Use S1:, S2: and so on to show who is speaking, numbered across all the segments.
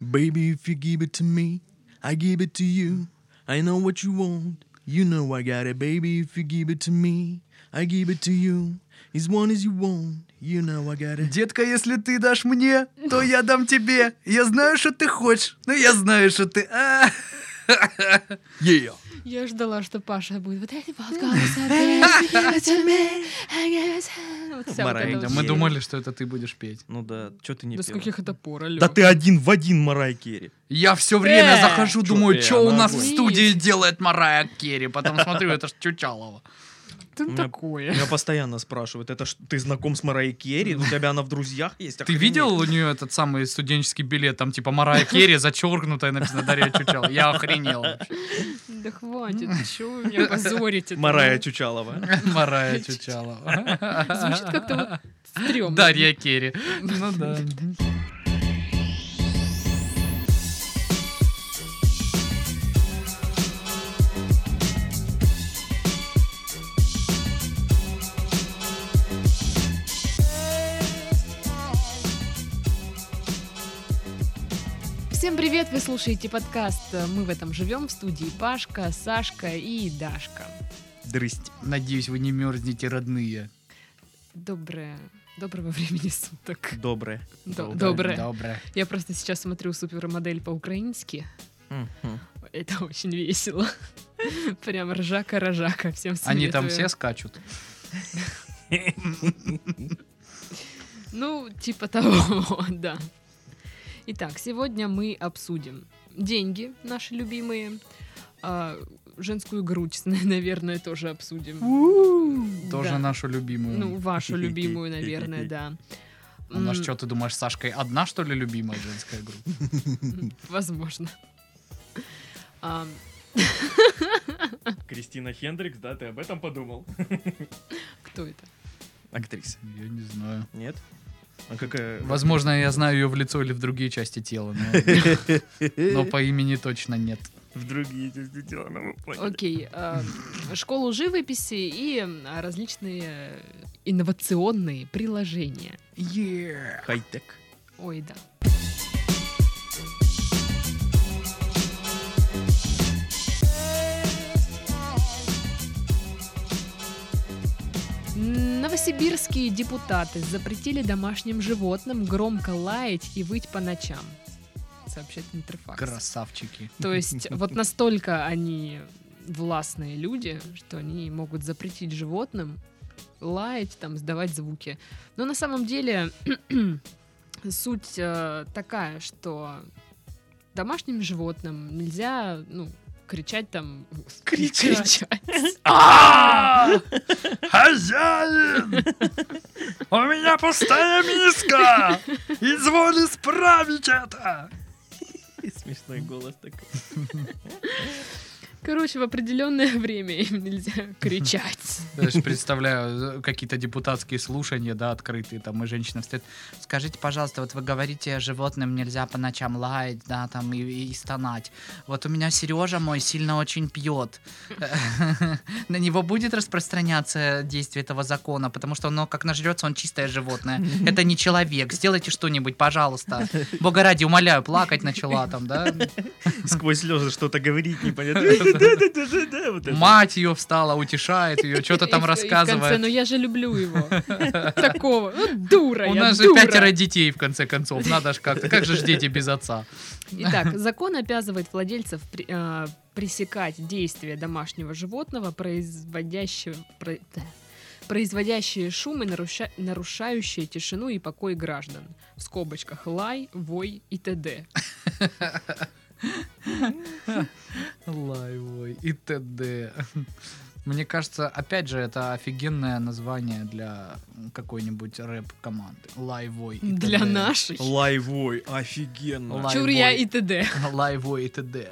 S1: Baby, if you give it to me, I give it to you. I know what you want. You know I got it, baby. If you give it to me, I give it to you. As one as you want. You know I got it.
S2: Детка, если ты дашь мне, то я дам тебе. Я знаю, что ты хочешь. Ну, я знаю, что ты... А.
S1: Yeah.
S3: Я ждала, что Паша будет вот эти полголоса.
S2: Марайка,
S4: Да мы
S2: Е.
S4: думали, что это ты будешь петь.
S2: Ну да, что ты не
S3: Да с
S2: пела?
S3: каких это пор, алё?
S2: Да ты один в один Марай Керри.
S4: Я все время
S3: Э!
S4: захожу,
S2: Чё
S4: думаю,
S2: ты,
S4: что у
S2: она
S4: нас в
S3: будет.
S4: студии делает Марая Керри. Потом смотрю, это ж Чучалова.
S3: Ты
S2: меня-
S3: ну такое.
S2: Меня постоянно спрашивают, это ж ты знаком с Марай Керри? У тебя она в друзьях есть?
S4: Ты
S2: Охренеть.
S4: видел у нее этот самый студенческий билет? Там типа Марая Керри, зачеркнутая, написано Дарья Чучалова. Я охренел. вообще.
S3: Да хватит, чего вы меня ну, позорите?
S2: Марая Чучалова.
S4: Марая Чучалова.
S3: Звучит как-то вот стрёмно.
S4: Дарья Керри. Ну да.
S3: Всем привет, вы слушаете подкаст «Мы в этом живем» в студии Пашка, Сашка и Дашка.
S2: Дрысть.
S4: Надеюсь, вы не мерзнете, родные.
S3: Доброе... Доброго времени суток.
S2: Доброе.
S3: До-
S2: Доброе.
S3: Доброе.
S4: Доброе.
S3: Я просто сейчас смотрю супермодель по-украински.
S2: Мгм.
S3: Это очень весело. Прям ржака-рожака. Всем советую.
S4: Они там все скачут.
S3: Ну, типа того, да. Итак, сегодня мы обсудим деньги, наши любимые. а, женскую грудь, наверное, тоже обсудим.
S4: Тоже
S3: Да.
S4: нашу
S3: Ну,
S4: любимую.
S3: вашу любимую, наверное, да.
S4: А У нас
S3: М,
S4: что, ты думаешь, с Сашкой одна, что ли, любимая женская группа?
S3: Возможно. А,
S5: Кристина Хендрикс, да, ты об этом подумал?
S3: кто это?
S2: Актриса.
S4: Я не знаю.
S2: Нет? А какая?
S4: Возможно, я знаю ее в лицо или в другие части тела, но, но ну, по имени точно нет.
S5: В другие части тела, ну вы поняли.
S3: Окей. а, школу живописи и м, различные инновационные приложения.
S2: Хай-тек.
S3: Ой, да. Новосибирские депутаты запретили домашним животным громко лаять и выть по ночам, сообщает Интерфакс.
S4: Красавчики.
S3: То есть вот настолько они властные люди, что они могут запретить животным лаять, там, сдавать звуки. Но на самом деле суть э, такая, что домашним животным нельзя, ну, кричать там... Кричать.
S2: А! Хозяин! У меня пустая миска! Изволи справить это!
S5: И смешной голос такой.
S3: Короче, в определенное время им нельзя кричать.
S4: Я ж представляю э, какие-то депутатские слушания, да, открытые, там, и женщина встает. Скажите, пожалуйста, вот вы говорите, животным нельзя по ночам лаять, да, там, и, и стонать. Вот у меня Сережа мой сильно очень пьет. На него будет распространяться действие этого закона, потому что оно, как нажрется, он чистое животное. Это не человек. Сделайте что-нибудь, пожалуйста. Бога ради, умоляю, плакать начала там, да.
S2: Сквозь слезы что-то говорить непонятно. Да-да-да-да-да, вот это.
S4: Мать ее встала, утешает ее, что-то
S3: И
S4: там
S3: в- и в конце,
S4: рассказывает.
S3: ну я же люблю его. Такого. Ну, дура
S4: У
S3: я,
S4: нас же
S3: дура.
S4: пятеро детей, в конце концов. Надо ж как-то. Как же ж дети без отца?
S3: Итак, закон обязывает владельцев при- э, пресекать действия домашнего животного, производящего, про- да, производящие шум и наруша- нарушающие тишину и покой граждан. В скобочках лай, вой и т.д.
S4: Лайвой и т.д. Мне кажется, опять же, это офигенное название для какой-нибудь рэп-команды. Лайвой и т.д.
S3: Для нашей.
S2: Лайвой, офигенно.
S4: Лай-
S3: Чур я
S4: вой.
S3: и т.д.
S4: Лайвой и т.д.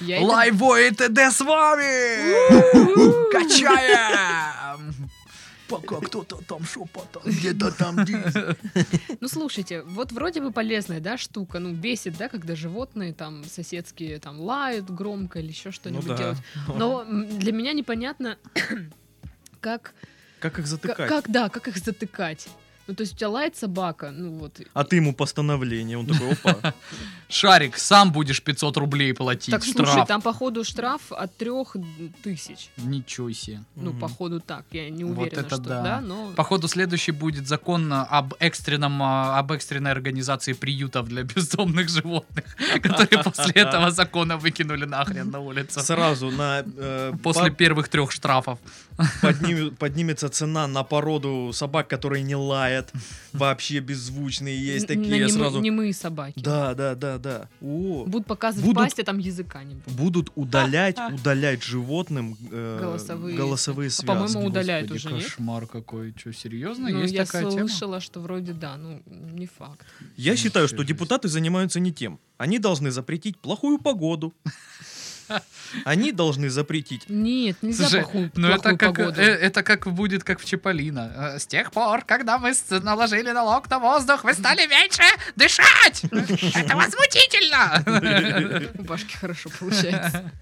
S3: Я это-
S4: Лайвой и т.д. с вами! Качаем! Пока кто-то там шепотом, где-то там
S3: Ну, слушайте, вот вроде бы полезная, да, штука. Ну, бесит, да, когда животные там соседские там лают громко или еще
S5: Ну
S3: что-нибудь
S4: Ну
S2: да.
S3: делают. Но м, для меня непонятно, как
S2: Как их
S3: К-
S2: затыкать?
S3: Как, да, как их затыкать? Ну, то есть у тебя лает собака, ну вот.
S5: А ты ему постановление, он такой, опа.
S4: Шарик, сам будешь 500 рублей платить.
S3: Так,
S4: штраф.
S3: слушай, там, походу, штраф от трех тысяч.
S4: Ничего себе.
S3: Ну,
S5: Мгм.
S3: походу, так. Я не
S4: Вот
S3: уверена,
S4: это
S3: что
S4: да.
S3: да, но...
S4: Походу, следующий будет закон а, об экстренном, а, об экстренной организации приютов для бездомных животных, которые после этого закона выкинули нахрен на улицу.
S5: Сразу на э,
S4: После
S5: пап-
S4: первых трех штрафов.
S3: Ну,
S5: подними- поднимется цена на породу собак, которые не лают, вообще беззвучные есть
S3: Н- на
S5: такие
S3: немы-
S5: сразу.
S3: немые собаки.
S5: Да, да, да, да. О,
S3: Будут показывать
S5: Будут-
S3: пасть, а там языка не будет.
S5: будут удалять, удалять животным э,
S3: а, Голосовые-
S5: голосовые
S3: А,
S5: связки.
S3: по-моему, удаляют
S4: Господи,
S3: уже, нет?
S4: Кошмар какой. Что, серьезно?
S3: Ну,
S4: Есть
S3: я
S4: такая тема?
S3: слышала, что вроде да, ну, не факт.
S5: Я считаю,
S4: Ничего
S5: что
S4: себе.
S5: депутаты занимаются не тем. Они должны запретить плохую погоду. Они должны запретить.
S3: Нет, нельзя
S4: Слушай,
S3: плохую,
S4: Ну, это
S3: плохую
S4: как,
S3: погоду.
S4: э, это как будет, как в Чиполлино. Э, С тех пор, когда мы с- наложили налог на воздух, вы стали меньше дышать! Это возмутительно!
S3: У Пашки хорошо получается.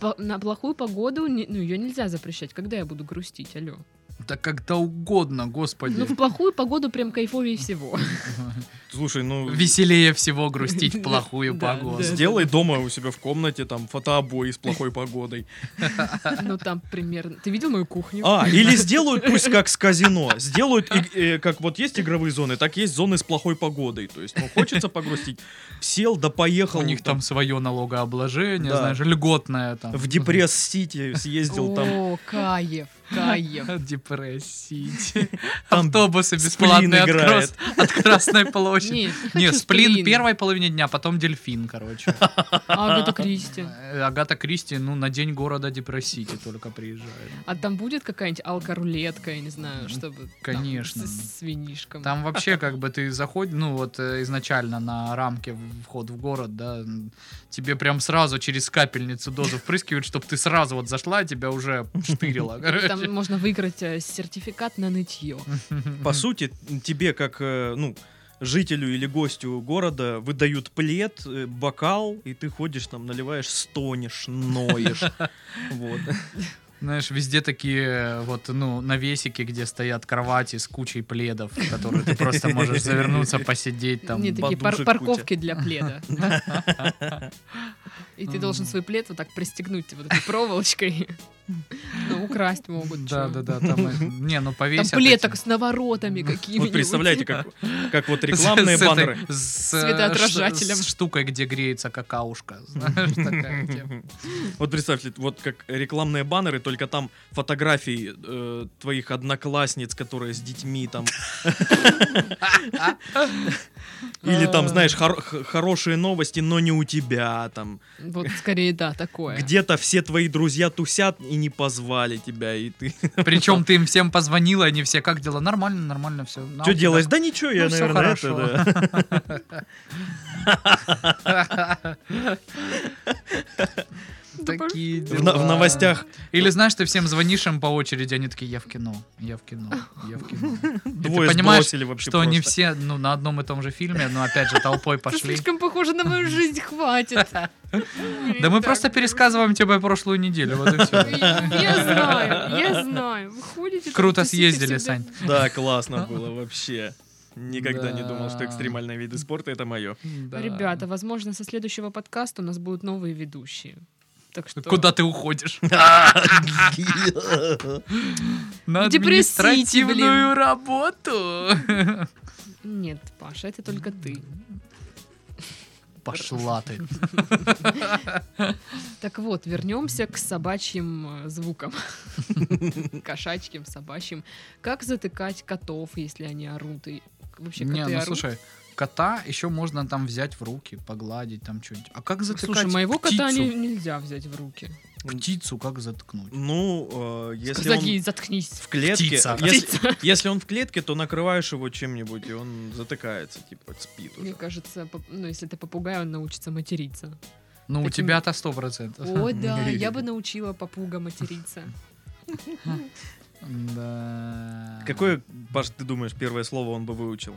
S3: По- На плохую погоду, не- ну, ее нельзя запрещать. Когда я буду грустить, алло?
S4: Да когда угодно, господи.
S3: Ну, в плохую погоду прям кайфовее всего.
S5: Слушай, ну
S4: Веселее всего грустить в плохую
S3: Да,
S4: погоду.
S3: да.
S5: сделай дома у себя в комнате там фотообои с плохой погодой.
S3: Ну, там примерно... Ты видел мою кухню?
S5: А, или сделают пусть как с казино. Сделают, и- э, как вот есть игровые зоны, так есть зоны с плохой погодой. То есть, ну, хочется погрустить. Сел, да поехал.
S4: У них там свое налогообложение,
S5: Да.
S4: знаешь, льготное там.
S5: в Депресс-Сити съездил там.
S3: О, Каев, Каев.
S4: Депрессить.
S5: Там
S4: Автобусы
S5: сплин
S4: бесплатные от,
S5: играет.
S4: крас- от Красной площади.
S3: Нет, не
S4: Не,
S3: хочу
S4: сплин первой половине дня, потом дельфин, короче.
S3: Агата А, ну, Кристи.
S4: Э, Агата Кристи, ну, на день города Депрессити только приезжает.
S3: А там будет какая-нибудь алкорулетка, я не знаю, чтобы... там
S4: Конечно.
S3: С с винишком.
S4: Там вообще как бы ты заходишь, ну вот э, изначально на рамке в- вход в город, да, м, тебе прям сразу через капельницу дозу впрыскивают, чтобы ты сразу вот зашла, и тебя уже штырило. короче.
S3: Там можно выиграть э, сертификат на нытье.
S5: По сути, тебе как э, ну жителю или гостю города выдают плед, э, бокал, и ты ходишь там, наливаешь, стонешь, ноешь. Вот.
S4: Знаешь, везде такие э, вот, ну, навесики, где стоят кровати с кучей пледов, в которые ты просто можешь завернуться, посидеть там.
S3: Не, такие пар-
S5: подушек
S3: парковки для пледа. И ты должен свой плед вот так пристегнуть вот этой проволочкой. Ну, украсть могут.
S4: Да,
S3: чё.
S4: да, да, там, э, не, ну
S3: Там
S4: повесят.
S3: плед
S4: эти-
S3: так с наворотами какими-нибудь.
S5: Вот представляете, как, как вот
S4: с-
S5: рекламные
S4: с этой-
S5: баннеры.
S4: с, э,
S3: Светоотражателем.
S4: ш- с штукой, где греется какаушка. Знаешь, такая тема.
S5: Вот представьте, вот как рекламные баннеры, только там фотографии э, твоих одноклассниц, которые с детьми там. Или
S4: А.
S5: там, знаешь, хор- х- хорошие новости, но не у тебя там.
S3: Вот скорее, да, такое.
S5: Где-то все твои друзья тусят и не позвали тебя, и ты...
S4: Причем ты им всем позвонила, они все как дела? Нормально, нормально, все.
S5: Что делаешь? Да ничего, я,
S4: Ну, всё
S5: наверное, это,
S4: хорошо.
S5: да.
S4: Такие
S5: В, на- в
S4: дела.
S5: новостях
S4: Или знаешь, ты всем звонишь им по очереди, они такие, я в кино, я в кино, я в кино. И ты
S5: двое
S4: понимаешь,
S5: сбросили вообще
S4: что они
S5: просто.
S4: все ну, на одном и том же фильме, но опять же толпой
S3: Это
S4: пошли.
S3: слишком похоже на мою жизнь, хватит.
S4: Да мы просто пересказываем тебе прошлую неделю, вот и все.
S3: Я знаю, я знаю. Вы ходите...
S4: Круто
S3: тусите
S4: съездили,
S3: всегда.
S4: Сань.
S5: Да, классно было вообще. Никогда не думал, что
S4: Да.
S5: экстремальные виды спорта это мое.
S4: Да.
S3: Ребята, возможно, со следующего подкаста у нас будут новые ведущие. Так что...
S4: Куда ты уходишь? На
S3: Депрессите, блин.
S4: административную работу.
S3: Нет, Паша, это только ты.
S4: Пошла ты.
S3: Так вот, вернемся к собачьим э, звукам. Кошачьим, собачьим. Как затыкать котов, если они орут? И вообще коты
S4: Не, ну
S3: орут?
S4: слушай, кота еще можно там взять в руки, погладить там что-нибудь. А как затыкать
S3: Слушай, моего кота
S4: птицу?
S3: не- нельзя взять в руки.
S4: Птицу как заткнуть?
S5: Ну, э, если
S3: Сказать ей,
S5: он
S3: заткнись.
S5: в клетке,
S4: Птица.
S5: если, если он в клетке, то накрываешь его чем-нибудь и он затыкается, типа спит
S3: Мне
S5: уже.
S3: кажется, пап- ну, если ты попугай, он научится материться.
S4: Ну, у
S3: Таким-
S4: тебя-то сто процентов.
S3: О, да, я бы научила попуга материться.
S4: Да.
S5: Какое, Паш, ты думаешь, первое слово он бы выучил?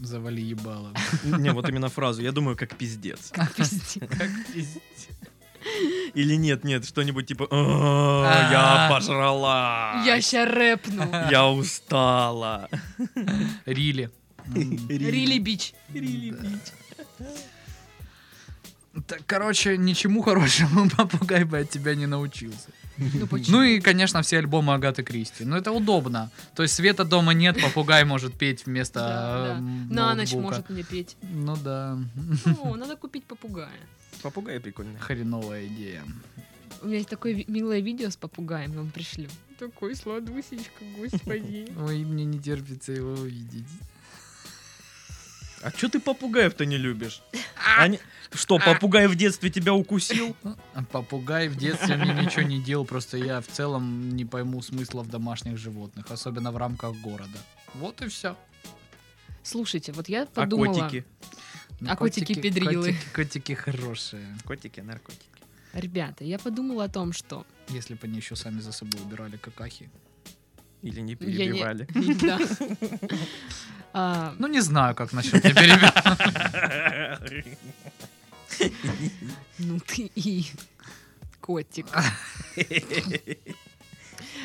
S4: Завали ебало.
S5: Не, вот именно фразу. Я думаю, как пиздец.
S3: Как пиздец.
S5: Или нет, нет, что-нибудь типа «А, Я пожрала.
S3: Я ща рэпну.
S5: Я устала.
S4: Рили.
S3: Рили бич.
S4: Так, короче, ничему хорошему попугай бы от тебя не научился.
S3: Ну
S4: Ну
S3: почему?
S4: и, конечно, все альбомы Агаты Кристи. Но это удобно. То есть света дома нет, попугай может петь вместо
S3: Да, да.
S4: эм,
S3: На ночь
S4: ноутбука.
S3: может мне петь.
S4: Ну да,
S3: О, надо купить попугая.
S5: Попугай прикольный.
S4: хреновая идея.
S3: У меня есть такое ви- милое видео с попугаем, я вам пришлю. Такой сладусечка, господи.
S4: Ой, мне не терпится его увидеть.
S5: А чё ты попугаев-то не любишь?
S3: А.
S5: Они- Что, попугай в детстве тебя укусил?
S4: А Попугай в детстве мне ничего не делал, просто я в целом не пойму смысла в домашних животных, особенно в рамках города. Вот и все.
S3: Слушайте, вот я
S5: А
S3: подумала...
S5: котики?
S3: А котики педрилы.
S4: Ну, Котики, котики хорошие,
S5: Котики, наркотики.
S3: Ребята, я подумала о том, что...
S4: если бы они еще сами за собой убирали какахи.
S5: Или не
S3: Я не-
S5: перебивали.
S3: Да. А,
S4: Ну не знаю, как насчет тебя, ребят.
S3: Ну ты и котик.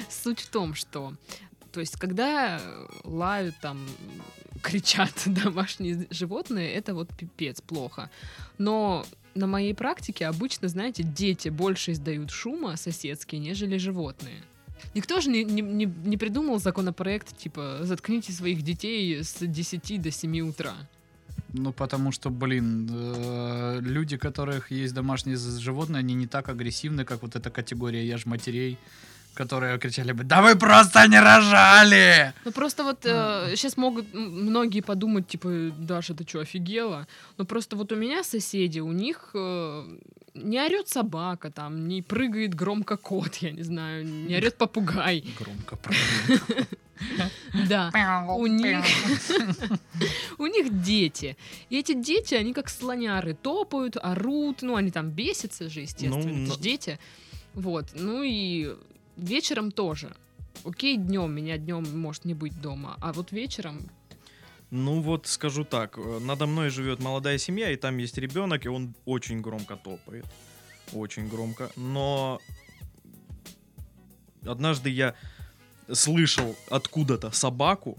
S3: Суть в том, что то есть, когда э, лают, там, кричат домашние животные, это вот пипец, плохо. Но на моей практике обычно, знаете, дети больше издают шума соседские, нежели животные. Никто же не, не- не- не придумал законопроект, типа, заткните своих детей с 10 до 7 утра.
S4: Ну потому что, блин, э, люди, которых есть домашние з- животные, они не так агрессивны, как вот эта категория я ж матерей, которые кричали бы «Да вы просто не рожали!»
S3: Ну просто вот сейчас могут м, многие подумать, типа, Даша, ты что, офигела? Но просто вот у меня соседи, у них э, не орет собака там, не прыгает громко кот, я не знаю, не орет попугай.
S4: Громко правильно.
S3: Да. У них, у них дети. И эти дети, они как слоняры топают, орут, ну они там бесятся же, естественно,
S5: Ну,
S3: это ж
S5: но-
S3: дети. Вот, ну и вечером тоже. Окей, днем меня днем может не быть дома, а вот вечером
S5: Ну вот скажу так, э, надо мной живет молодая семья, и там есть ребенок, и он очень громко топает. Очень громко. Но однажды я слышал откуда-то собаку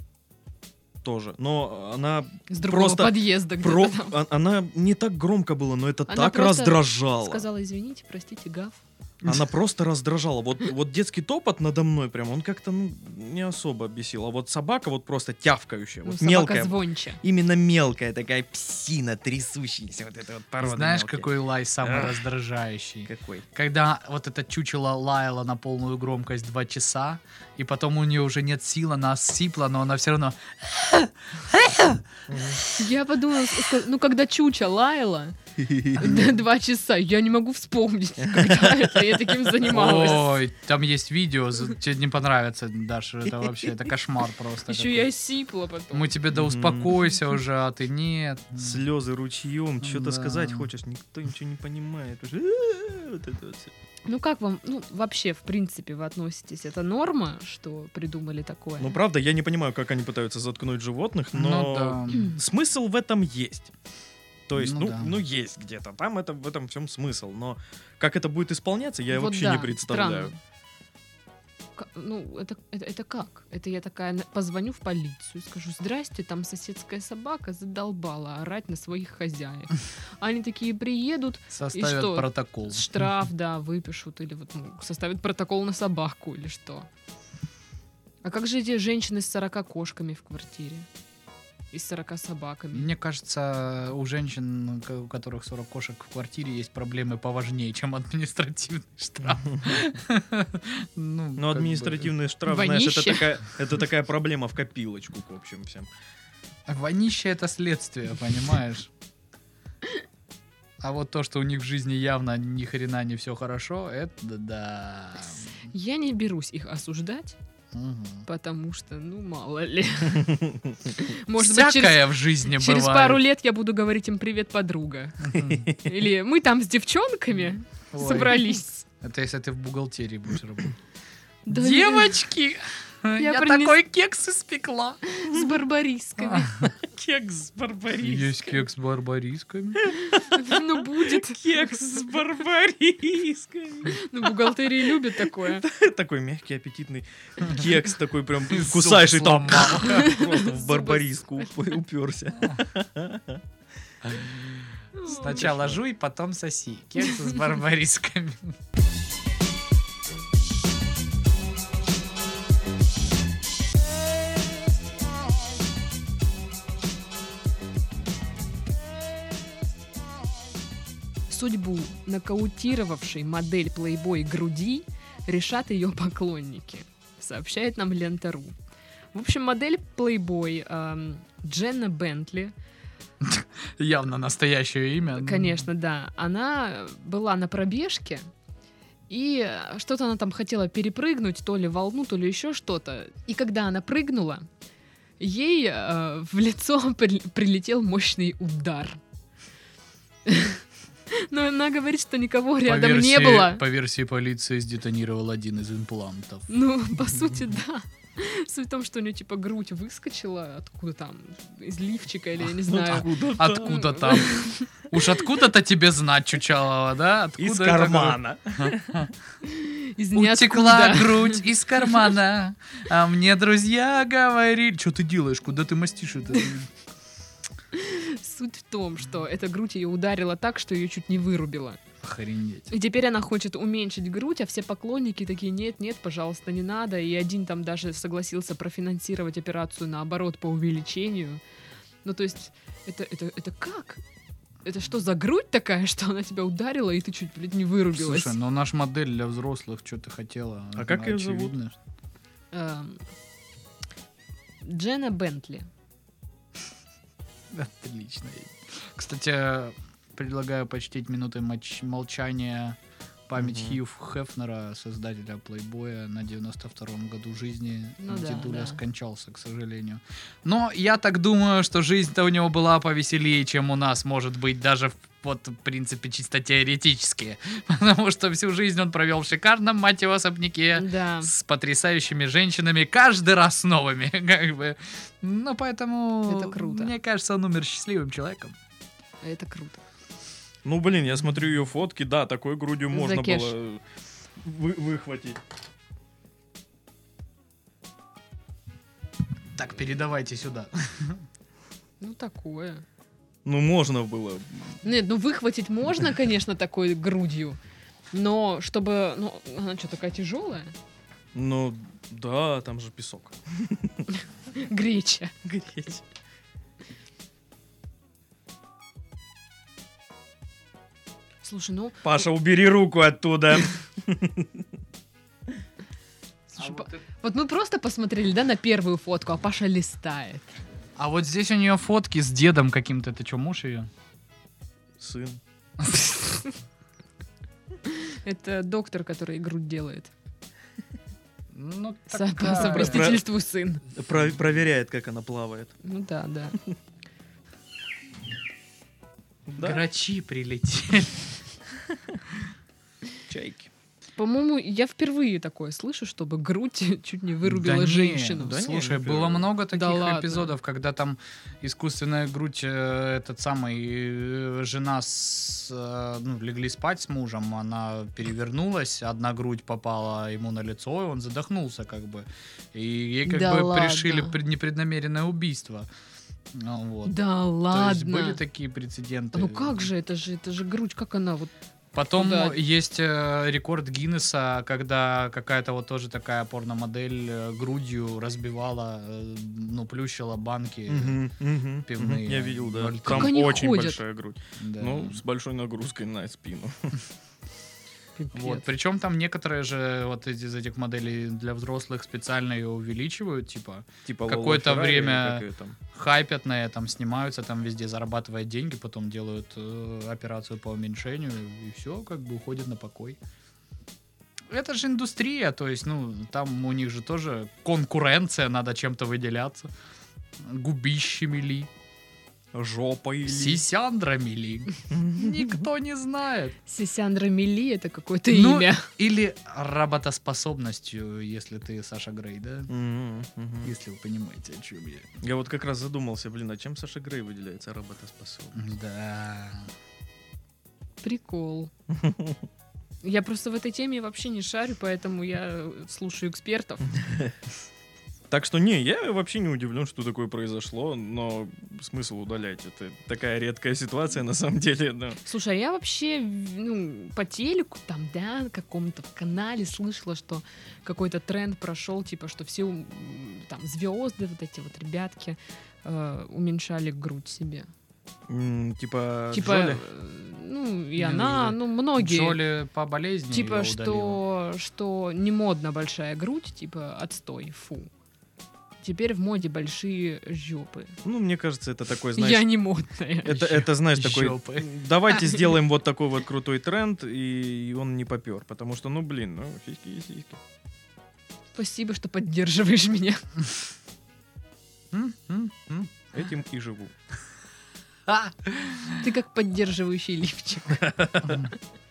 S5: тоже, но она
S3: С другого
S5: Просто
S3: подъезда где-то
S5: про-
S3: там.
S5: а- она не так громко было, но это
S3: Она
S5: так
S3: просто
S5: раздражало.
S3: Сказала, извините, простите, гав.
S5: Она просто раздражала. Вот, вот детский топот надо мной прям, он как-то ну, не особо бесил. А вот собака вот просто тявкающая,
S3: Ну,
S5: вот
S3: собака
S5: мелкая.
S3: звонче.
S5: Именно мелкая такая псина, трясущаяся вот эта вот порода.
S4: Знаешь,
S5: мелкая.
S4: какой лай самый
S5: Ах.
S4: раздражающий?
S5: Какой?
S4: Когда вот это чучело лаяло на полную громкость два часа, и потом у нее уже нет сил, она сипла, но она все равно...
S3: Я подумала, ска- ну когда Чуча лаяла д- два часа, я не могу вспомнить, когда это я таким занималась.
S4: Ой, там есть видео, за- тебе не понравится, Даша, это вообще, это кошмар просто.
S3: Еще
S4: какой-то.
S3: я сипла потом.
S4: Мы тебе да
S5: Мгм.
S4: успокойся уже, а ты нет.
S5: Слезы ручьем, что
S4: Да.
S5: ты сказать хочешь, никто ничего не понимает. Уже, «Э-э-э», вот это вот всё.
S3: Ну как вам, ну вообще, в принципе, вы относитесь, это норма, что придумали такое?
S5: Ну, правда, я не понимаю, как они пытаются заткнуть животных,
S4: Ну
S5: но
S4: да.
S5: смысл в этом есть. То есть,
S4: Ну
S5: ну,
S4: да.
S5: ну, есть где-то. Там это в этом всем смысл. Но как это будет исполняться, я
S3: Вот
S5: вообще
S3: да,
S5: не представляю.
S3: странно. К- Ну, это, это, это как? Это я такая на- позвоню в полицию и скажу, здрасте, там соседская собака задолбала орать на своих хозяев. Они такие приедут, И
S4: Составят
S3: что?
S4: протокол.
S3: штраф, да, выпишут, или вот ну, составят протокол на собаку, или что. А как же эти женщины с 40 кошками в квартире? И с 40 собаками?
S4: Мне кажется, у женщин, к- у которых 40 кошек в квартире, есть проблемы поважнее, чем административный штраф. Ну, как
S5: Но
S4: бы-
S5: административный штраф, знаешь,
S3: Вонище.
S5: это такая, это такая проблема в копилочку, в общем, всем.
S4: А Вонище это следствие, понимаешь? А вот то, что у них в жизни явно ни хрена не все хорошо, это да.
S3: Я не берусь их осуждать,
S4: Мгм.
S3: потому что, ну, мало ли. Может быть, через
S4: Всякое в жизни
S3: Через
S4: бывает.
S3: пару лет я буду говорить им «Привет, подруга».
S4: Мгм.
S3: Или «Мы там с девчонками
S4: Ой.
S3: собрались».
S4: Это если ты в бухгалтерии будешь работать.
S3: Да,
S4: Девочки! Я,
S3: принес-
S4: такой кекс испекла.
S3: С барбарисками.
S6: Кекс с барбарисками.
S4: Есть кекс с барбарисками.
S3: Ну, будет.
S6: Кекс с барбарисками.
S3: Ну, бухгалтерии любят такое.
S5: Такой мягкий, аппетитный кекс, такой прям кусаешь и там просто в
S3: Зубы
S5: барбариску уп- уперся.
S4: Сначала жуй, потом соси. Кекс с барбарисками.
S3: Судьбу нокаутировавшей модель плейбой груди решат ее поклонники, сообщает нам Лента.ру. В общем, модель плейбой эм, Дженна Бентли,
S4: Явно настоящее имя. ну,
S3: конечно, да, она была на пробежке, и э, что-то она там хотела перепрыгнуть, то ли волну, то ли еще что-то. И когда она прыгнула, ей э, в лицо при- прилетел мощный удар. Но она говорит, что никого
S4: по
S3: рядом не
S4: версии-
S3: было.
S4: По версии полиции сдетонировал один из имплантов.
S3: Ну, по сути, да. Суть в том, что у нее типа грудь выскочила откуда там, из лифчика или я
S4: Ну,
S3: не знаю.
S4: Откуда там? А Уж откуда-то тебе знать, Чучалова, да? Откуда
S5: Из
S4: это грудь?
S5: кармана.
S3: Из
S4: Утекла
S3: ниоткуда.
S4: грудь из кармана, а мне друзья говорили... Что ты делаешь? Куда ты мастишь это?
S3: Суть в том, что эта грудь ее ударила так, что ее чуть не вырубила.
S4: Охренеть.
S3: И теперь она хочет уменьшить грудь, а все поклонники такие, нет, нет, пожалуйста, не надо. И один там даже согласился профинансировать операцию, наоборот, по увеличению. Ну, то есть, это, это, это как? Это что за грудь такая, что она тебя ударила, и ты чуть, блядь, не вырубилась?
S4: Слушай, ну наш модель для взрослых, что ты хотела?
S5: А как её зовут?
S4: Очевидно.
S3: Эм, Дженна Бентли.
S4: Отлично. Кстати, предлагаю почтить минуты моч- молчания память
S5: Мгм.
S4: Хью Хефнера, создателя Плейбоя, на 92-м году жизни.
S3: Ну да,
S4: Дедуля
S3: да.
S4: скончался, к сожалению. Но я так думаю, что жизнь-то у него была повеселее, чем у нас, может быть, даже в- вот, в принципе, чисто теоретически. Потому что всю жизнь он провел в шикарном, мать его, особняке
S3: Да.
S4: с потрясающими женщинами, каждый раз новыми, как бы. Ну, поэтому...
S3: Это круто.
S4: Мне кажется, он умер счастливым человеком.
S3: Это круто.
S5: Ну, блин, я смотрю ее фотки, да, такой грудью можно
S3: Закеш.
S5: было э, вы- выхватить.
S4: Так, передавайте сюда.
S3: Ну, такое.
S5: Ну, можно было.
S3: Нет, ну выхватить можно, конечно, такой грудью. Но чтобы... Ну, она что, такая тяжелая?
S5: Ну, да, там же песок.
S3: Греча.
S5: Греть.
S3: Слушай, ну...
S5: Паша, убери руку оттуда.
S3: слушай, по- вот, мы просто посмотрели, да, на первую фотку, а Паша листает.
S4: А вот здесь у нее фотки с дедом каким-то. Это что, муж ее?
S5: Сын.
S3: Это доктор, который грудь делает.
S4: Ну,
S3: Со- По
S4: такая.
S3: совместительству сын.
S5: Про- проверяет, как она плавает.
S3: Ну да, да.
S5: Да?
S4: Грачи прилетели.
S5: Чайки.
S3: По-моему, я впервые такое слышу, чтобы грудь чуть не вырубила
S4: Да не,
S3: женщину.
S5: да не,
S4: Слушай,
S5: не
S4: было
S5: впервые.
S4: много таких
S3: ладно.
S4: эпизодов, когда там искусственная грудь, э, этот самый, э, жена с, э, ну, легли спать с мужем, она перевернулась, одна грудь попала ему на лицо, и он задохнулся как бы. И ей как
S3: Да
S4: бы
S3: ладно.
S4: пришили пред- непреднамеренное убийство. Ну, вот.
S3: Да
S4: То есть
S3: ладно.
S4: были такие э, прецеденты.
S3: Ну как же, это же, это же грудь, как она вот...
S4: Потом
S3: Да.
S4: есть э, рекорд Гиннесса, когда какая-то вот тоже такая порномодель э, грудью разбивала, э, ну, плющила банки.
S5: Мгм, мгм,
S4: Пивные.
S5: мгм. Я видел, да.
S4: Как
S5: Там
S3: они
S5: очень
S3: ходят?
S5: большая грудь.
S4: Да.
S5: Ну, с большой нагрузкой на спину.
S3: пипец.
S4: вот. Причем там некоторые же вот из из этих моделей для взрослых специально ее увеличивают, типа
S5: Типа Лола
S4: Какое-то
S5: Феррари или
S4: время-
S5: как её там.
S4: хайпят на этом, снимаются там везде, зарабатывают деньги, потом делают э, операцию по уменьшению и все, как бы уходит на покой. Это же индустрия, то есть, ну, там у них же тоже конкуренция, надо чем-то выделяться. Губищами ли?
S5: жопой или...
S4: Сисяндра Мили. Никто не знает.
S3: Сисяндра Мили это какое-то
S4: Ну,
S3: имя.
S4: Или работоспособностью, если ты Саша Грей, да?
S5: Мгм, мгм.
S4: Если вы понимаете, о чем я.
S5: Я вот как раз задумался, блин, а чем Саша Грей выделяется работоспособным?
S4: Да.
S3: Прикол. Я просто в этой теме вообще не шарю, поэтому я слушаю экспертов.
S5: Так что не, я вообще не удивлен, что такое произошло, но смысл удалять. Это такая редкая ситуация на самом деле. но-
S3: Слушай, а я вообще ну, по телеку там, да, на каком-то канале слышала, что какой-то тренд прошел, типа, что все м, там звезды, вот эти вот ребятки э, уменьшали грудь себе.
S5: М,
S4: А,
S5: Типа,
S3: типа,
S5: Джоли?
S3: э, ну, и
S4: Ну,
S3: она,
S4: и
S3: ну, многие.
S4: Джоли по болезни
S3: Типа,
S4: её удалила.
S3: что, что не модно большая грудь, типа, отстой, фу. Теперь в моде большие жопы.
S5: Ну, мне кажется, это такой, знаешь...
S3: Я не модная.
S5: Это, это, знаешь, такой...
S4: Жопы.
S5: Давайте сделаем вот такой вот крутой тренд, и он не попер. Потому что, ну, блин, ну, сиськи и сиськи.
S3: Спасибо, что поддерживаешь меня.
S4: М, м, м.
S5: Этим и живу.
S4: А,
S3: Ты как поддерживающий лифчик.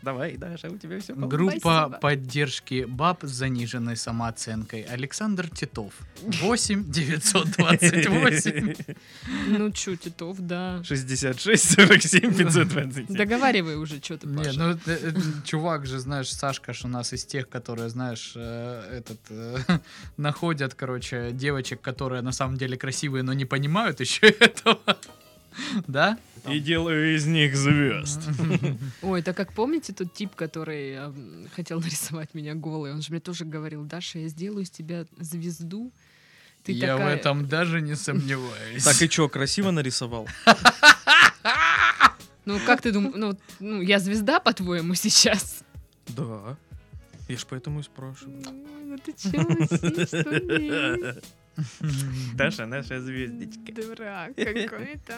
S5: Давай, Даша, у тебя все
S4: Группа
S3: Спасибо.
S4: поддержки баб с заниженной самооценкой. Александр Титов. 8 928.
S3: Ну, чё, Титов, да.
S5: 66, 47, 520.
S3: Договаривай уже, что ты,
S4: Не,
S3: Паша.
S4: ну э, э, чувак же, знаешь, Сашка ж у нас из тех, которые, знаешь, э, этот э, находят, короче, девочек, которые на самом деле красивые, но не понимают еще этого. Да?
S5: И делаю из них звезд.
S3: Ой, это как помните тот тип, который э, м, хотел нарисовать меня голой? Он же мне тоже говорил, Даша, я сделаю из тебя звезду. Ты
S4: Я в
S3: такая...
S4: этом даже не сомневаюсь.
S5: Так и чё, красиво нарисовал?
S3: Ну, как ты думаешь? Ну, вот, ну, я звезда, по-твоему, сейчас?
S5: Да. Я ж поэтому и спрашиваю.
S3: Ой, Ну, ты чего висишь, что ли?
S5: Даша, наша звездочка.
S3: Дурак какой-то.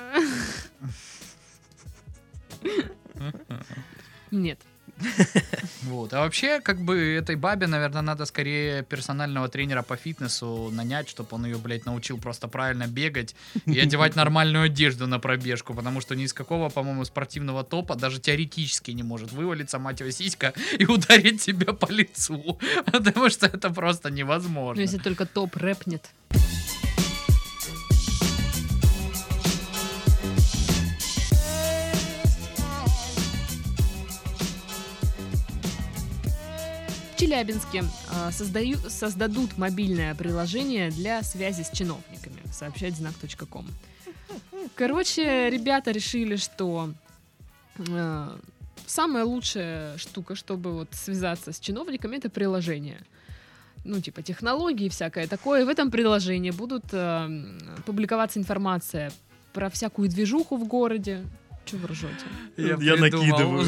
S3: Нет.
S4: Вот. А вообще, как бы этой бабе, наверное, надо скорее персонального тренера по фитнесу нанять, чтобы он ее, блядь, научил просто правильно бегать и одевать нормальную одежду на пробежку, потому что ни из какого, по-моему, спортивного топа даже теоретически не может вывалиться, мать его, сиська и ударить тебя по лицу, потому что это просто
S3: Ну,
S4: невозможно.
S3: если только топ рэпнет. В Челябинске э, создаю- создадут мобильное приложение для связи с чиновниками, сообщает знак.ком. Короче, ребята решили, что э, самая лучшая штука, чтобы вот связаться с чиновниками, это приложение ну, типа, технологии и всякое такое. И в этом приложении будут э, м, публиковаться информация про всякую движуху в городе. Чего вы ржете?
S5: Я
S4: придумал.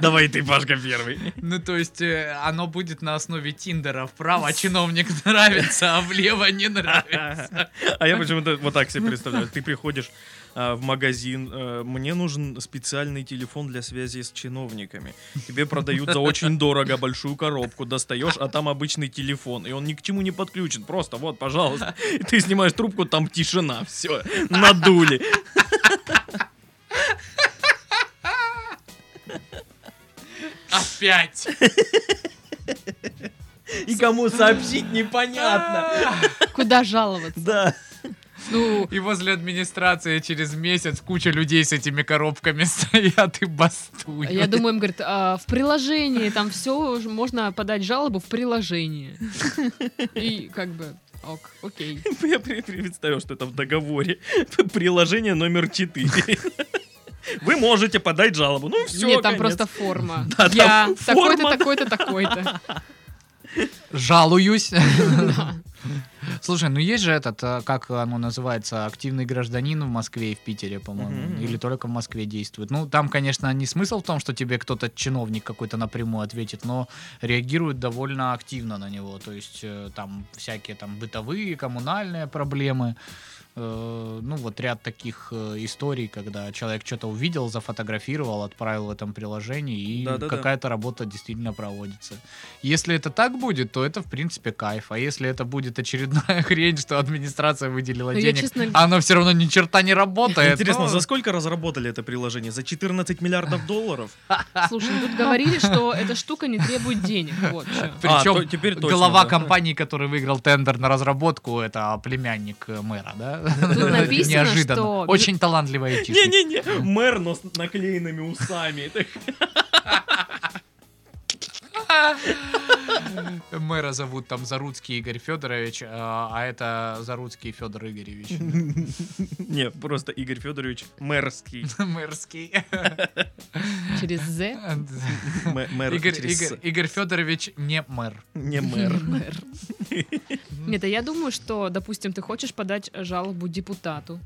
S5: Давай ты, Пашка, первый.
S4: Ну, то есть, э, оно будет на основе Тиндера. Вправо чиновник нравится, а влево не нравится.
S5: А я почему-то вот так себе представляю. Ты приходишь а, в магазин, э, мне нужен специальный телефон для связи с чиновниками. Тебе продают за очень дорого большую коробку, достаешь, а там обычный телефон, и он ни к чему не подключен. Просто вот, пожалуйста. И ты снимаешь трубку, там тишина, все, надули.
S4: Опять!
S5: И кому сообщить непонятно.
S3: Куда жаловаться?
S5: Да.
S3: Ну,
S4: И возле администрации через месяц куча людей с этими коробками стоят и бастуют.
S3: я думаю, им говорят, «А, в приложении там все, можно подать жалобу в приложении. И как бы, ок, окей.
S5: Я при- представил, что это в договоре. Приложение номер 4. Вы можете подать жалобу. Ну все,
S3: Нет, там просто форма.
S5: Да, там
S3: Я
S5: форма, да.
S3: такой-то, такой-то, такой-то.
S4: Жалуюсь. Слушай, ну есть же этот, э, как оно называется, активный гражданин в Москве и в Питере, по-моему,
S5: Мгм.
S4: или только в Москве действует. Ну, там, конечно, не смысл в том, что тебе кто-то, чиновник какой-то напрямую ответит, но реагируют довольно активно на него. То есть э, там всякие там бытовые, коммунальные проблемы. Э, ну, вот ряд таких э, историй, когда человек что-то увидел, зафотографировал, отправил в этом приложении, и
S5: Да-да-да.
S4: какая-то работа действительно проводится. Если это так будет, то это, в принципе, кайф. А если это будет очередная хрень, что администрация выделила
S3: Ну, я,
S4: денег,
S3: честно,
S4: а оно все равно ни черта не работает.
S5: Интересно,
S4: ну,
S5: за сколько разработали это приложение? За 14 миллиардов долларов?
S3: Слушай, ну тут говорили, что эта штука не требует денег. Вот чё.
S4: Причем
S5: а, то- теперь точно,
S4: глава
S5: да.
S4: компании, который выиграл тендер на разработку, это племянник э, мэра, да?
S3: Ну, Тут написано,
S4: Неожиданно.
S3: что-
S4: Очень талантливый айтишник.
S5: Не-не-не, мэр, но с наклеенными усами. Так,
S4: Мэра зовут там Заруцкий Игорь Федорович, а это Заруцкий Федор Игоревич.
S5: Не, просто Игорь Федорович мэрский.
S4: Мэрский.
S3: Через «З»
S5: Мэ- Мэр
S4: Игорь,
S5: через
S4: Игорь- Игорь Федорович не мэр.
S5: Не мэр.
S3: мэр. Нет, а я думаю, что, допустим, ты хочешь подать жалобу депутату.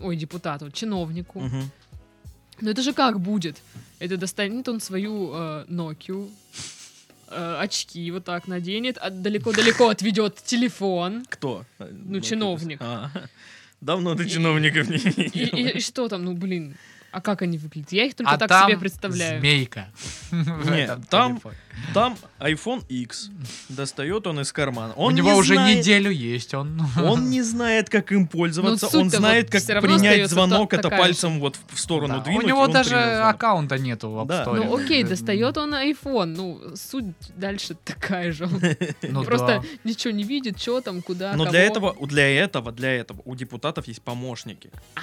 S3: Ой, депутату, чиновнику.
S5: Мгм.
S3: Но это же как будет? Это достанет он свою э, Nokia, э, очки вот так наденет, а далеко-далеко отведет телефон.
S5: Кто? Ну,
S3: чиновник.
S5: а. Давно ты чиновников не
S3: И,
S5: видел.
S3: и- и что там, ну блин, а как они выглядят? Я их только
S4: А
S3: так
S4: там
S3: себе представляю.
S4: змейка. В
S5: Не,
S4: этом
S5: там
S4: телефоне.
S5: Там iPhone X. Достает он из кармана.
S4: У
S5: Он
S4: него
S5: не
S4: уже
S5: знает-
S4: неделю есть он.
S5: Он не знает, как им пользоваться.
S3: суть-то
S5: Он знает,
S3: вот
S5: как
S3: всё равно
S5: принять
S3: остаётся
S5: звонок.
S3: та-
S5: Это
S3: такая
S5: пальцем вот в сторону
S4: Да,
S5: двинуть.
S4: У него
S5: он
S4: даже
S5: принял звонок.
S4: аккаунта нету в App
S5: Да.
S4: Store.
S3: Ну окей,
S4: Э,
S3: достает он iPhone, ну суть дальше такая же. Он
S4: ну да.
S3: Просто ничего не видит, что там,
S5: Но
S3: куда, кого.
S5: Ну, для этого, у- для этого, для этого у депутатов есть помощники.
S3: А,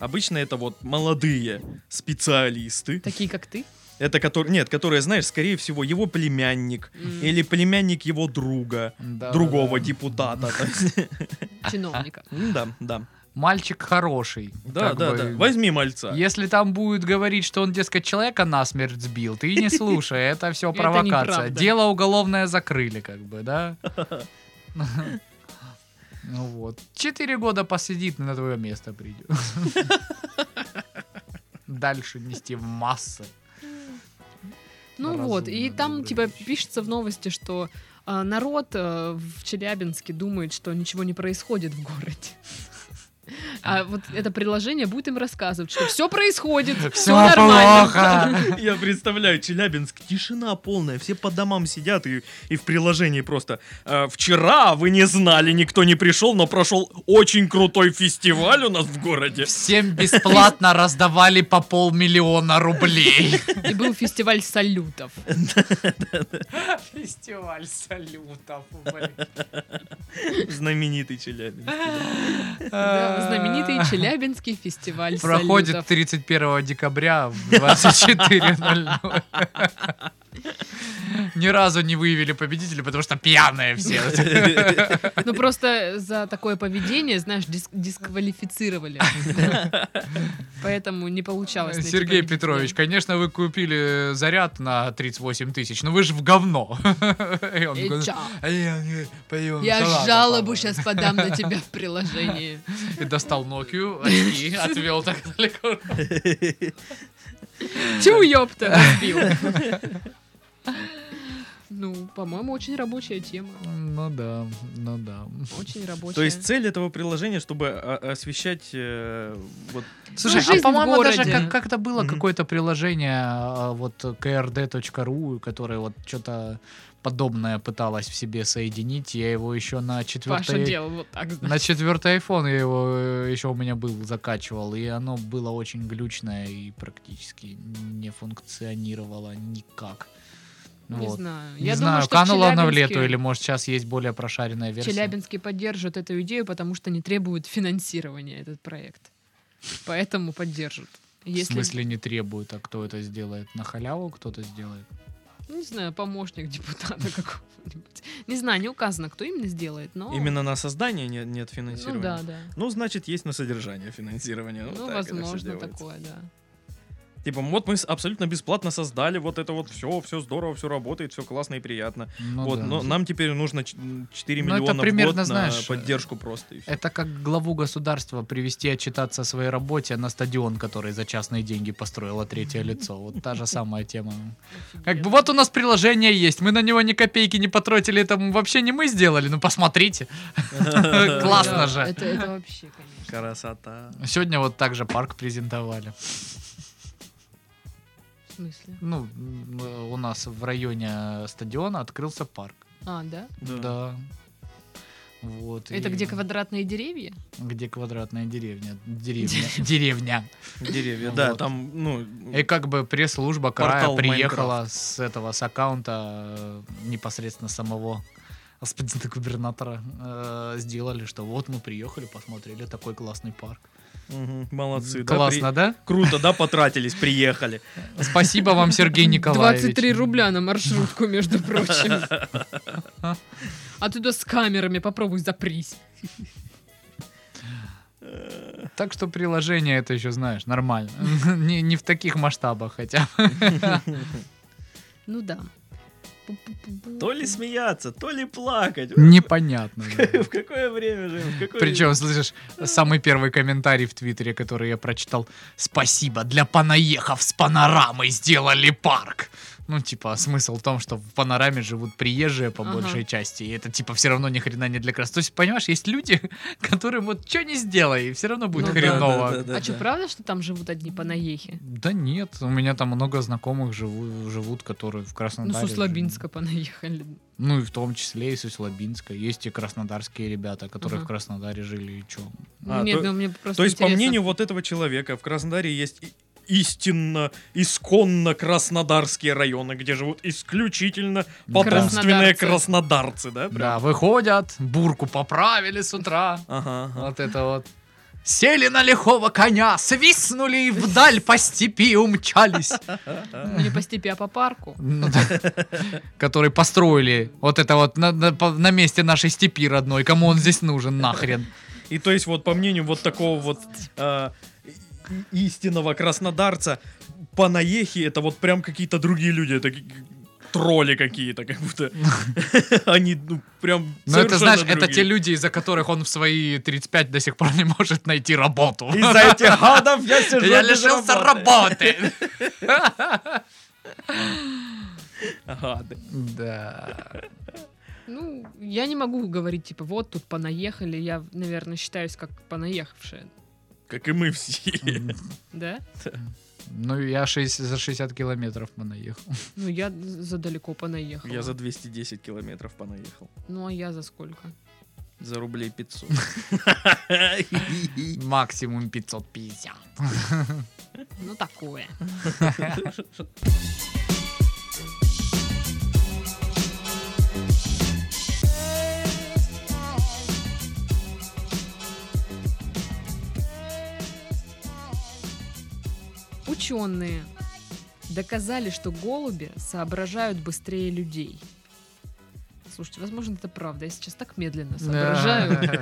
S5: Обычно это вот молодые специалисты.
S3: Такие, как ты.
S5: Это которые, нет, которые, знаешь, скорее всего, его племянник
S3: М.
S5: или племянник его друга,
S4: Да,
S5: другого
S4: да, да.
S5: депутата. То есть,
S3: Чиновника.
S5: м, Да, да,
S4: Мальчик хороший.
S5: да,
S4: как
S5: да,
S4: Ну бы.
S5: да. Возьми мальца.
S4: Если там будет говорить, что он, дескать, человека насмерть сбил, ты не слушай, это все
S3: Это
S4: провокация.
S3: неправда.
S4: Дело уголовное закрыли, как бы, да? Ну вот. Четыре года посидит, на твое место придет. Дальше нести в массы.
S3: Ну
S4: Разумно,
S3: вот, и там
S4: добрые
S3: типа
S4: вещи.
S3: пишется в новости, что а, народ э, в Челябинске думает, что ничего не происходит в городе. А вот это приложение будет им рассказывать, что все происходит, все
S4: Все
S3: нормально.
S4: плохо.
S5: Я представляю, Челябинск, тишина полная, все по домам сидят и, и в приложении просто «Э, «Вчера вы не знали, никто не пришел, но прошел очень крутой фестиваль у нас в городе».
S4: Всем бесплатно раздавали по полмиллиона рублей.
S3: И был фестиваль салютов.
S4: Фестиваль салютов, блин.
S5: Знаменитый Челябинск.
S3: Да, Знаменитый Челябинский фестиваль
S4: Проходит
S3: салютов.
S4: 31 декабря в 24.00. Ни разу не выявили победителя, потому что пьяные все.
S3: Ну просто за такое поведение, знаешь, дис- дисквалифицировали. Поэтому не получалось. найти
S4: Сергей
S3: победителя.
S4: Петрович, конечно, вы купили заряд на 38 тысяч, но вы же в говно. И он
S3: И
S4: такой,
S3: чё?
S4: «А я не поем
S3: Я
S4: салата,
S3: жалобу
S4: папа».
S3: сейчас подам на тебя в приложении.
S4: И достал Nokia, очки, отвел так далеко.
S3: Чу, ёпта, разбил. Ну, по-моему, очень рабочая тема.
S4: Ну да, ну да.
S3: Очень рабочая.
S5: То есть цель этого приложения, чтобы о- освещать э, вот
S4: Слушай,
S3: жизнь
S4: а
S3: в
S4: по-моему, даже
S3: городе.
S4: как- как-то было
S5: Мгм.
S4: какое-то приложение, а, вот krd.ru, которое вот что-то подобное пыталось в себе соединить. Я его еще на
S3: Паша
S4: четвертой...
S3: делал вот так, знаешь.
S4: На четвертый iPhone я его э, еще у меня был, закачивал, и оно было очень глючное и практически не функционировало никак.
S3: Не
S4: Вот.
S3: знаю.
S4: Не
S3: Я
S4: знаю,
S3: думаю, что в
S4: кануло оно в лету,
S3: Челябинске-
S4: или может сейчас есть более прошаренная
S3: в
S4: версия.
S3: Челябинске поддержат эту идею, потому что не требует финансирования этот проект. Поэтому поддержат.
S4: В
S3: Если,
S4: смысле не требует, а кто это сделает? На халяву кто-то сделает?
S3: ну, не знаю, помощник депутата какого-нибудь. Не знаю, не указано, кто именно сделает, но...
S5: именно на создание не- нет
S3: Ну
S5: финансирования.
S3: да, да.
S5: Ну, значит, есть на содержание финансирования.
S3: Ну,
S5: Вот так это всё
S3: возможно,
S5: делается.
S3: такое, да.
S5: Типа, вот мы с- абсолютно бесплатно создали вот это вот все, все здорово, все работает, все классно и приятно.
S4: Ну
S5: вот,
S4: да.
S5: но нам теперь нужно ч- м, 4
S4: Ну, это
S5: миллиона в
S4: примерно,
S5: год
S4: знаешь, э,
S5: на поддержку просто. и всё.
S4: Это как главу государства привести отчитаться о своей работе на стадион, который за частные деньги построило третье лицо. Вот та же самая тема. Как бы вот у нас приложение есть, мы на него ни копейки не потратили, это вообще не мы сделали, ну посмотрите. Классно
S3: Да,
S4: же.
S3: Это, это вообще, конечно.
S5: Красота.
S4: Сегодня вот также парк презентовали.
S3: В смысле?
S4: Ну, м, у нас в районе стадиона открылся парк.
S3: А, да?
S5: Да.
S4: Да. Вот.
S3: Это
S4: и-
S3: где квадратные деревья?
S4: Где квадратная деревня. Деревня. Деревня.
S5: Деревья,
S4: Ну
S5: да,
S4: вот.
S5: там, ну,
S4: И как бы пресс-служба края
S5: Портал
S4: приехала с этого, с аккаунта э, непосредственно самого господина губернатора э, сделали, что вот мы приехали, посмотрели такой классный парк.
S5: мгм, молодцы. да,
S4: Классно, да?
S5: при- Круто, да, потратились, приехали.
S4: Спасибо вам, Сергей Николаевич.
S3: 23 рубля на маршрутку, между прочим. А ты туда с камерами попробуй запрись.
S4: Так что приложение это еще, знаешь, нормально. не, не в таких масштабах хотя. бы.
S3: Ну да. Пу-пу-пу-пу.
S5: То ли смеяться, то ли плакать.
S4: Непонятно. да.
S5: В какое время же? В какое
S4: Причем, слышишь, самый первый комментарий в Твиттере, который я прочитал. Спасибо, для понаехав с панорамой сделали парк. Ну, типа, смысл в том, что в панораме живут приезжие по
S3: Ага.
S4: большей части, и это, типа, все равно ни хрена не для крас. То есть, понимаешь, есть люди, которым вот что не сделай, и все равно будет
S3: Ну да,
S4: хреново. Да,
S3: А что, правда, что там живут одни панаехи?
S4: нет, у меня там много знакомых живу- живут, которые в
S3: Ну,
S4: Краснодаре.
S3: с Услабинска
S4: живут.
S3: понаехали.
S4: Ну, и в том числе и с Услабинска. Есть и краснодарские ребята, которые
S3: Ага.
S4: в Краснодаре жили, и чё.
S3: Ну,
S5: А,
S3: Нет,
S5: то-
S3: ну мне просто
S5: То есть, по
S3: интересно.
S5: мнению вот этого человека, в Краснодаре есть и- истинно, исконно краснодарские районы, где живут исключительно потомственные краснодарцы, да? прям?
S4: Да, выходят, бурку поправили с утра.
S5: Ага, ага.
S4: Вот это вот. Сели на лихого коня, свистнули и вдаль по степи умчались.
S3: Ну, не по степи, а по парку.
S4: Ну да. Который построили вот это вот на, на- по- на месте нашей степи родной. Кому он здесь нужен, нахрен?
S5: И то есть, вот по мнению вот такого вот э, и- истинного краснодарца, панаехи это вот прям какие-то другие люди, это ки- тролли какие-то, как будто они ну, прям
S4: Но это, знаешь,
S5: совершенно
S4: это те
S5: другие.
S4: люди, из-за которых он в свои 35 до сих пор не может найти работу.
S5: Из-за этих гадов я сижу
S4: Я
S5: без
S4: лишился
S5: работы.
S4: работы.
S5: Гады.
S4: Да.
S3: Ну, я не могу говорить, типа, вот тут понаехали. Я, наверное, считаюсь как понаехавшая.
S5: Как и мы все.
S3: Да?
S4: Ну, я шесть- за 60 километров мы наехал.
S3: Ну, я задалеко понаехала.
S5: Я за 210 километров понаехал.
S3: Ну, а я за сколько?
S5: За рублей 500.
S4: Максимум 550.
S3: Ну, такое. Ученые доказали, что голуби соображают быстрее людей. Слушайте, возможно, это правда. Я сейчас так медленно соображаю.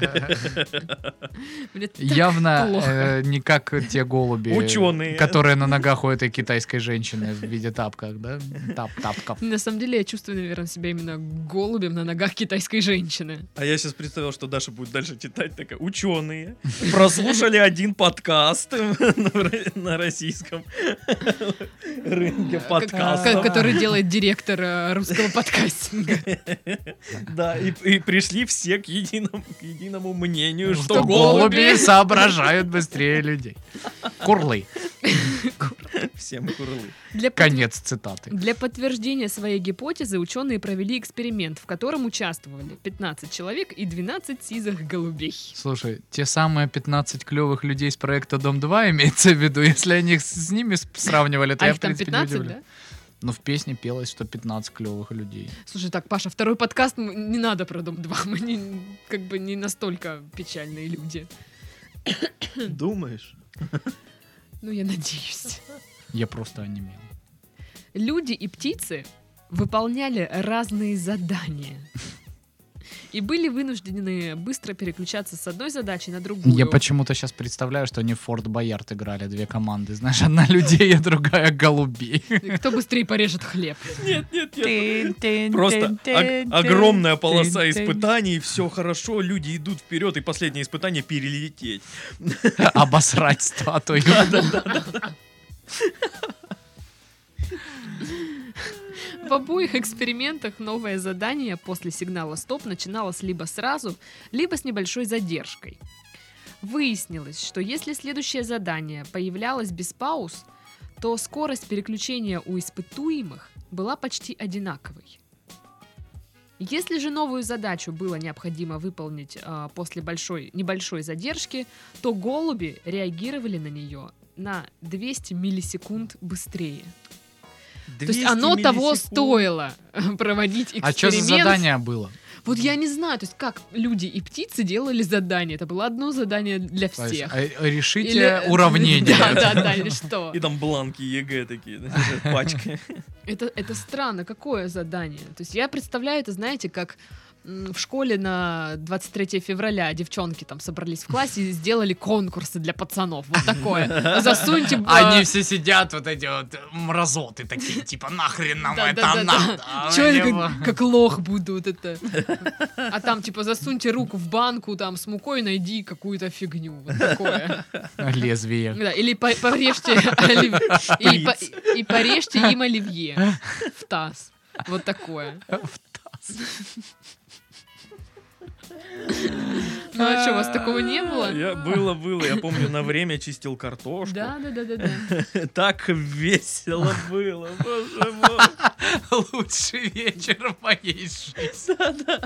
S3: Мне так
S4: Явно
S3: плохо.
S4: э, не как те голуби,
S5: Ученые.
S4: которые на ногах у этой китайской женщины в виде тапках, да? Тап, тапков.
S3: На самом деле я чувствую, наверное, себя именно голубем на ногах китайской женщины.
S5: А я сейчас представил, что Даша будет дальше читать. Такая, ученые прослушали один подкаст на ро- на российском рынке
S3: Ко-
S5: подкастов.
S3: Э, Который делает директор э, русского подкастинга.
S5: Да, и и пришли все к единому к единому мнению, что
S4: Что
S5: голуби...
S4: голуби соображают быстрее людей. Курлы.
S5: Всем курлы.
S3: Для подтверждения
S4: Конец цитаты.
S3: Для подтверждения своей гипотезы ученые провели эксперимент, в котором участвовали 15 человек и 12 сизых голубей.
S4: Слушай, те самые 15 клевых людей с проекта Дом-2 имеется в виду, если они их с с ними с- сравнивали, то
S3: а
S4: я,
S3: их
S4: в
S3: там
S4: принципе, не
S3: 15,
S4: удивлю.
S3: да?
S4: Но в песне пелось, что 15 клевых людей.
S3: Слушай, так, Паша, второй подкаст м, не надо про Дом-2. Мы не- как бы не настолько печальные люди.
S5: Думаешь?
S3: Ну, я надеюсь.
S4: Я просто онемел.
S3: Люди и птицы выполняли разные задания. и были вынуждены быстро переключаться с одной задачи на другую.
S4: Я почему-то сейчас представляю, что они в Форт Боярд играли, две команды. Знаешь, одна людей, а другая голубей.
S3: И Кто быстрее порежет хлеб?
S5: Нет, нет, нет. Просто ог- огромная полоса испытаний, все хорошо, люди идут вперед, и последнее испытание перелететь.
S4: Обосрать статую.
S3: В обоих экспериментах новое задание после сигнала «Стоп» начиналось либо сразу, либо с небольшой задержкой. Выяснилось, что если следующее задание появлялось без пауз, то скорость переключения у испытуемых была почти одинаковой. Если же новую задачу было необходимо выполнить а, после большой, небольшой задержки, то голуби реагировали на нее на 200 миллисекунд быстрее. То есть оно того стоило э, проводить эксперимент.
S4: А что за задание было?
S3: Вот я не знаю, то есть как люди и птицы делали задание. Это было одно задание для
S4: То есть,
S3: всех.
S4: а- решите
S3: Или- э,
S4: уравнение.
S3: Да, да, да, или что?
S5: И там бланки ЕГЭ такие, знаешь, пачки.
S3: Это, это странно, какое задание? То есть я представляю это, знаете, как м, в школе на 23 февраля девчонки там собрались в классе и сделали конкурсы для пацанов. Вот такое. Засуньте... б-
S4: Они все сидят, вот эти вот мразоты такие, типа, нахрен нам
S3: Да,
S4: это
S3: да, да,
S4: надо?
S3: да.
S4: а
S3: Чё я
S4: его?»
S3: как, как лох буду вот это? А там типа засуньте руку в банку там с мукой, найди какую-то фигню. Вот такое.
S4: Лезвие.
S3: Да, или по- порежьте олив- и, по- и порежьте им оливье в таз. Вот такое. Ну а что, у вас такого не было?
S5: Я было, было. Я помню, на время чистил картошку.
S3: Да, да, да, да, да.
S5: Так весело было, боже мой.
S4: Лучший вечер в моей жизни.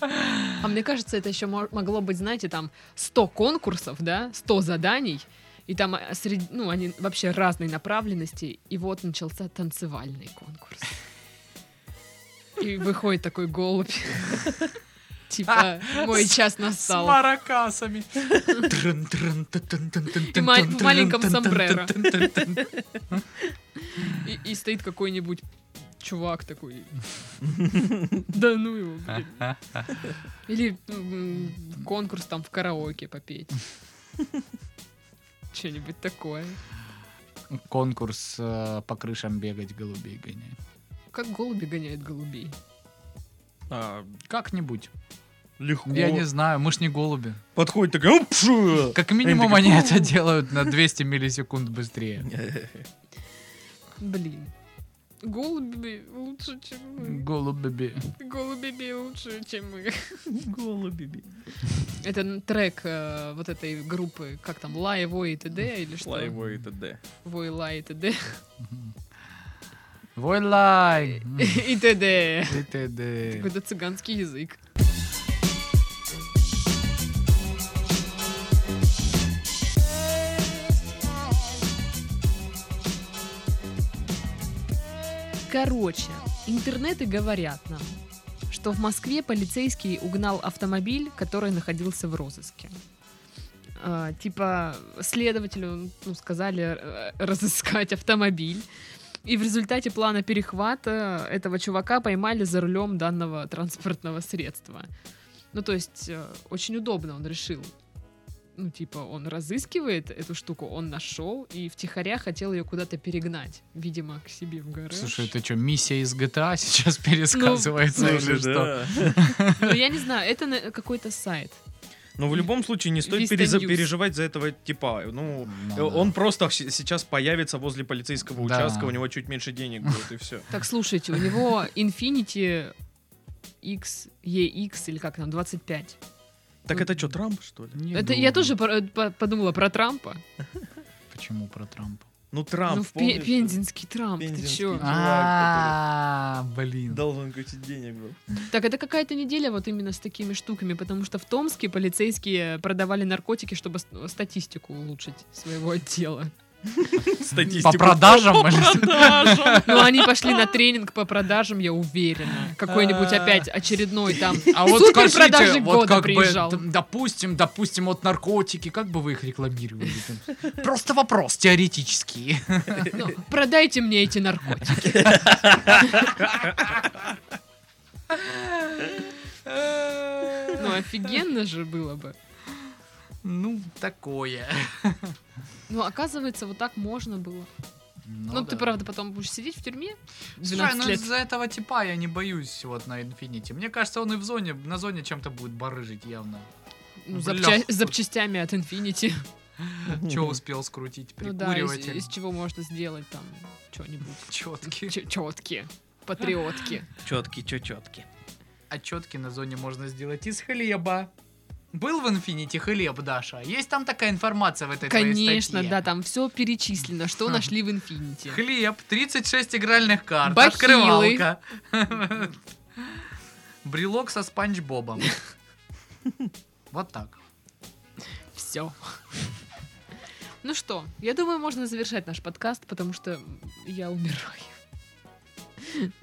S3: А мне кажется, это еще мо- могло быть, знаете, там 100 конкурсов, да, 100 заданий, и там а, среди, ну, они вообще разной направленности, и вот начался танцевальный конкурс. И выходит такой голубь. Типа, мой час настал.
S4: маракасами.
S3: И ма- в маленьком сомбреро. И, и стоит какой-нибудь чувак такой. Да ну его, блин. Или м, конкурс там в караоке попеть. Что-нибудь такое.
S4: Конкурс э, по крышам бегать, голубей гонять.
S3: Как голуби гоняют голубей.
S5: А,
S4: Как-нибудь.
S5: Легко.
S4: Я не знаю, мы ж не голуби.
S5: Подходит такая... «Оп, пшу!»
S4: Как минимум
S5: Они
S4: они это делают на 200 миллисекунд быстрее.
S3: Блин. Голуби лучше, чем мы.
S4: Голуби.
S3: Голуби лучше, чем мы.
S5: Голуби.
S3: Это н- трек э, вот этой группы, как там, Лай, Вой и т.д. или что?
S5: Шла его и т.д.
S3: Вой, Лай и т.д.
S4: Вой лай.
S3: И т.д.
S4: Ты, ты, ты.
S3: Какой-то цыганский язык. Короче, интернеты говорят нам, что в Москве полицейский угнал автомобиль, который находился в розыске. А, типа следователю ну, сказали э, разыскать автомобиль, и в результате плана перехвата этого чувака поймали за рулем данного транспортного средства. Ну, то есть, э, очень удобно он решил. Ну, типа, он разыскивает эту штуку, он нашел и втихаря хотел ее куда-то перегнать, видимо, к себе в гараж.
S4: Слушай, это что, миссия из GTA сейчас пересказывается или что?
S5: да.
S3: Ну, я не знаю, это на- какой-то сайт.
S5: Но в любом случае не стоит
S3: Vista
S5: переза-
S3: News.
S5: переживать за этого типа. Ну,
S4: Ну
S5: э,
S4: да.
S5: он просто щ- сейчас появится возле полицейского
S4: Да.
S5: участка, у него чуть меньше денег будет, и все.
S3: Так, слушайте, у него Infinity X, EX или как там, 25.
S5: Так это что, Трамп, что ли? Ну,
S4: Не
S3: Это, я
S4: думаю.
S3: тоже про- э, по- подумала про Трампа.
S4: Почему про Трампа?
S5: Ну,
S3: ну,
S5: Трамп,
S3: в Пе-
S5: помнишь?
S3: пензенский Трамп, ты
S5: Пензенский.
S3: чё?
S4: А, блин.
S5: Должен крутить денег был.
S3: Так, это какая-то неделя вот именно с такими штуками, потому что в Томске полицейские продавали наркотики, чтобы с- статистику улучшить своего отдела.
S5: Статистику.
S4: По продажам? или что?
S6: Продажа.
S3: Но Ну, они пошли на тренинг по продажам, я уверена. Какой-нибудь опять очередной там
S4: А вот
S3: супер
S4: скажите,
S3: продажи
S4: вот
S3: года
S4: как бы,
S3: приезжал.
S4: д- допустим, допустим, вот наркотики, как бы вы их рекламировали? там? Просто вопрос теоретический.
S3: Ну, продайте мне эти наркотики. Ну, офигенно же было бы.
S4: Ну, такое.
S3: Ну, оказывается, вот так можно было. Ну, ты,
S4: да.
S3: правда, потом будешь сидеть в тюрьме
S4: Слушай,
S3: 12
S4: ну
S3: лет.
S4: из-за этого типа я не боюсь вот на Инфинити. Мне кажется, он и в зоне, на зоне чем-то будет барыжить явно.
S3: Ну,
S4: бля.
S3: запча- с запчастями от Infinity.
S4: Че успел скрутить,
S3: Ну да, из,
S4: прикуриватель,
S3: из чего можно сделать там что-нибудь.
S4: четки.
S3: Четкие. Патриотки.
S5: Четкий, чё четкий.
S4: А четки на зоне можно сделать из хлеба. Был в Инфинити хлеб, Даша? Есть там такая информация в этой твоей
S3: Конечно,
S4: статье?
S3: да, там все перечислено, что нашли в Infinity.
S4: Хлеб, 36 игральных карт,
S3: Бахилы.
S4: открывалка. Брелок со спанч Бобом. Вот так.
S3: Все. Ну что, я думаю, можно завершать наш подкаст, потому что я умираю.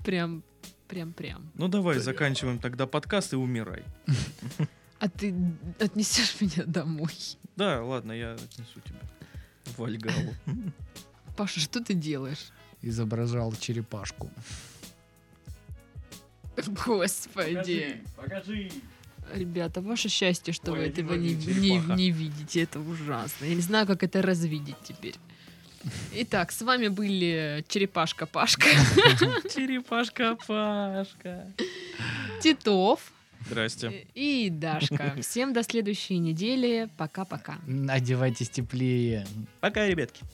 S3: Прям, прям, прям.
S5: Ну давай, заканчиваем тогда подкаст и умирай.
S3: А ты отнесешь меня домой.
S5: Да, ладно, я отнесу тебя. в Вальгалу.
S3: Паша, что ты делаешь?
S4: Изображал черепашку.
S3: Господи.
S6: Покажи.
S3: Ребята, ваше счастье, что
S5: Ой,
S3: вы
S5: один
S3: этого
S5: в
S3: не,
S5: один
S3: не-
S5: черепаха.
S3: не видите. Это ужасно. Я не знаю, как это развидеть теперь. Итак, с вами были Черепашка Пашка,
S6: Черепашка Пашка.
S3: Титов
S5: Здрасте.
S3: и Дашка. Всем до следующей недели. Пока-пока.
S4: Одевайтесь теплее.
S5: Пока, ребятки.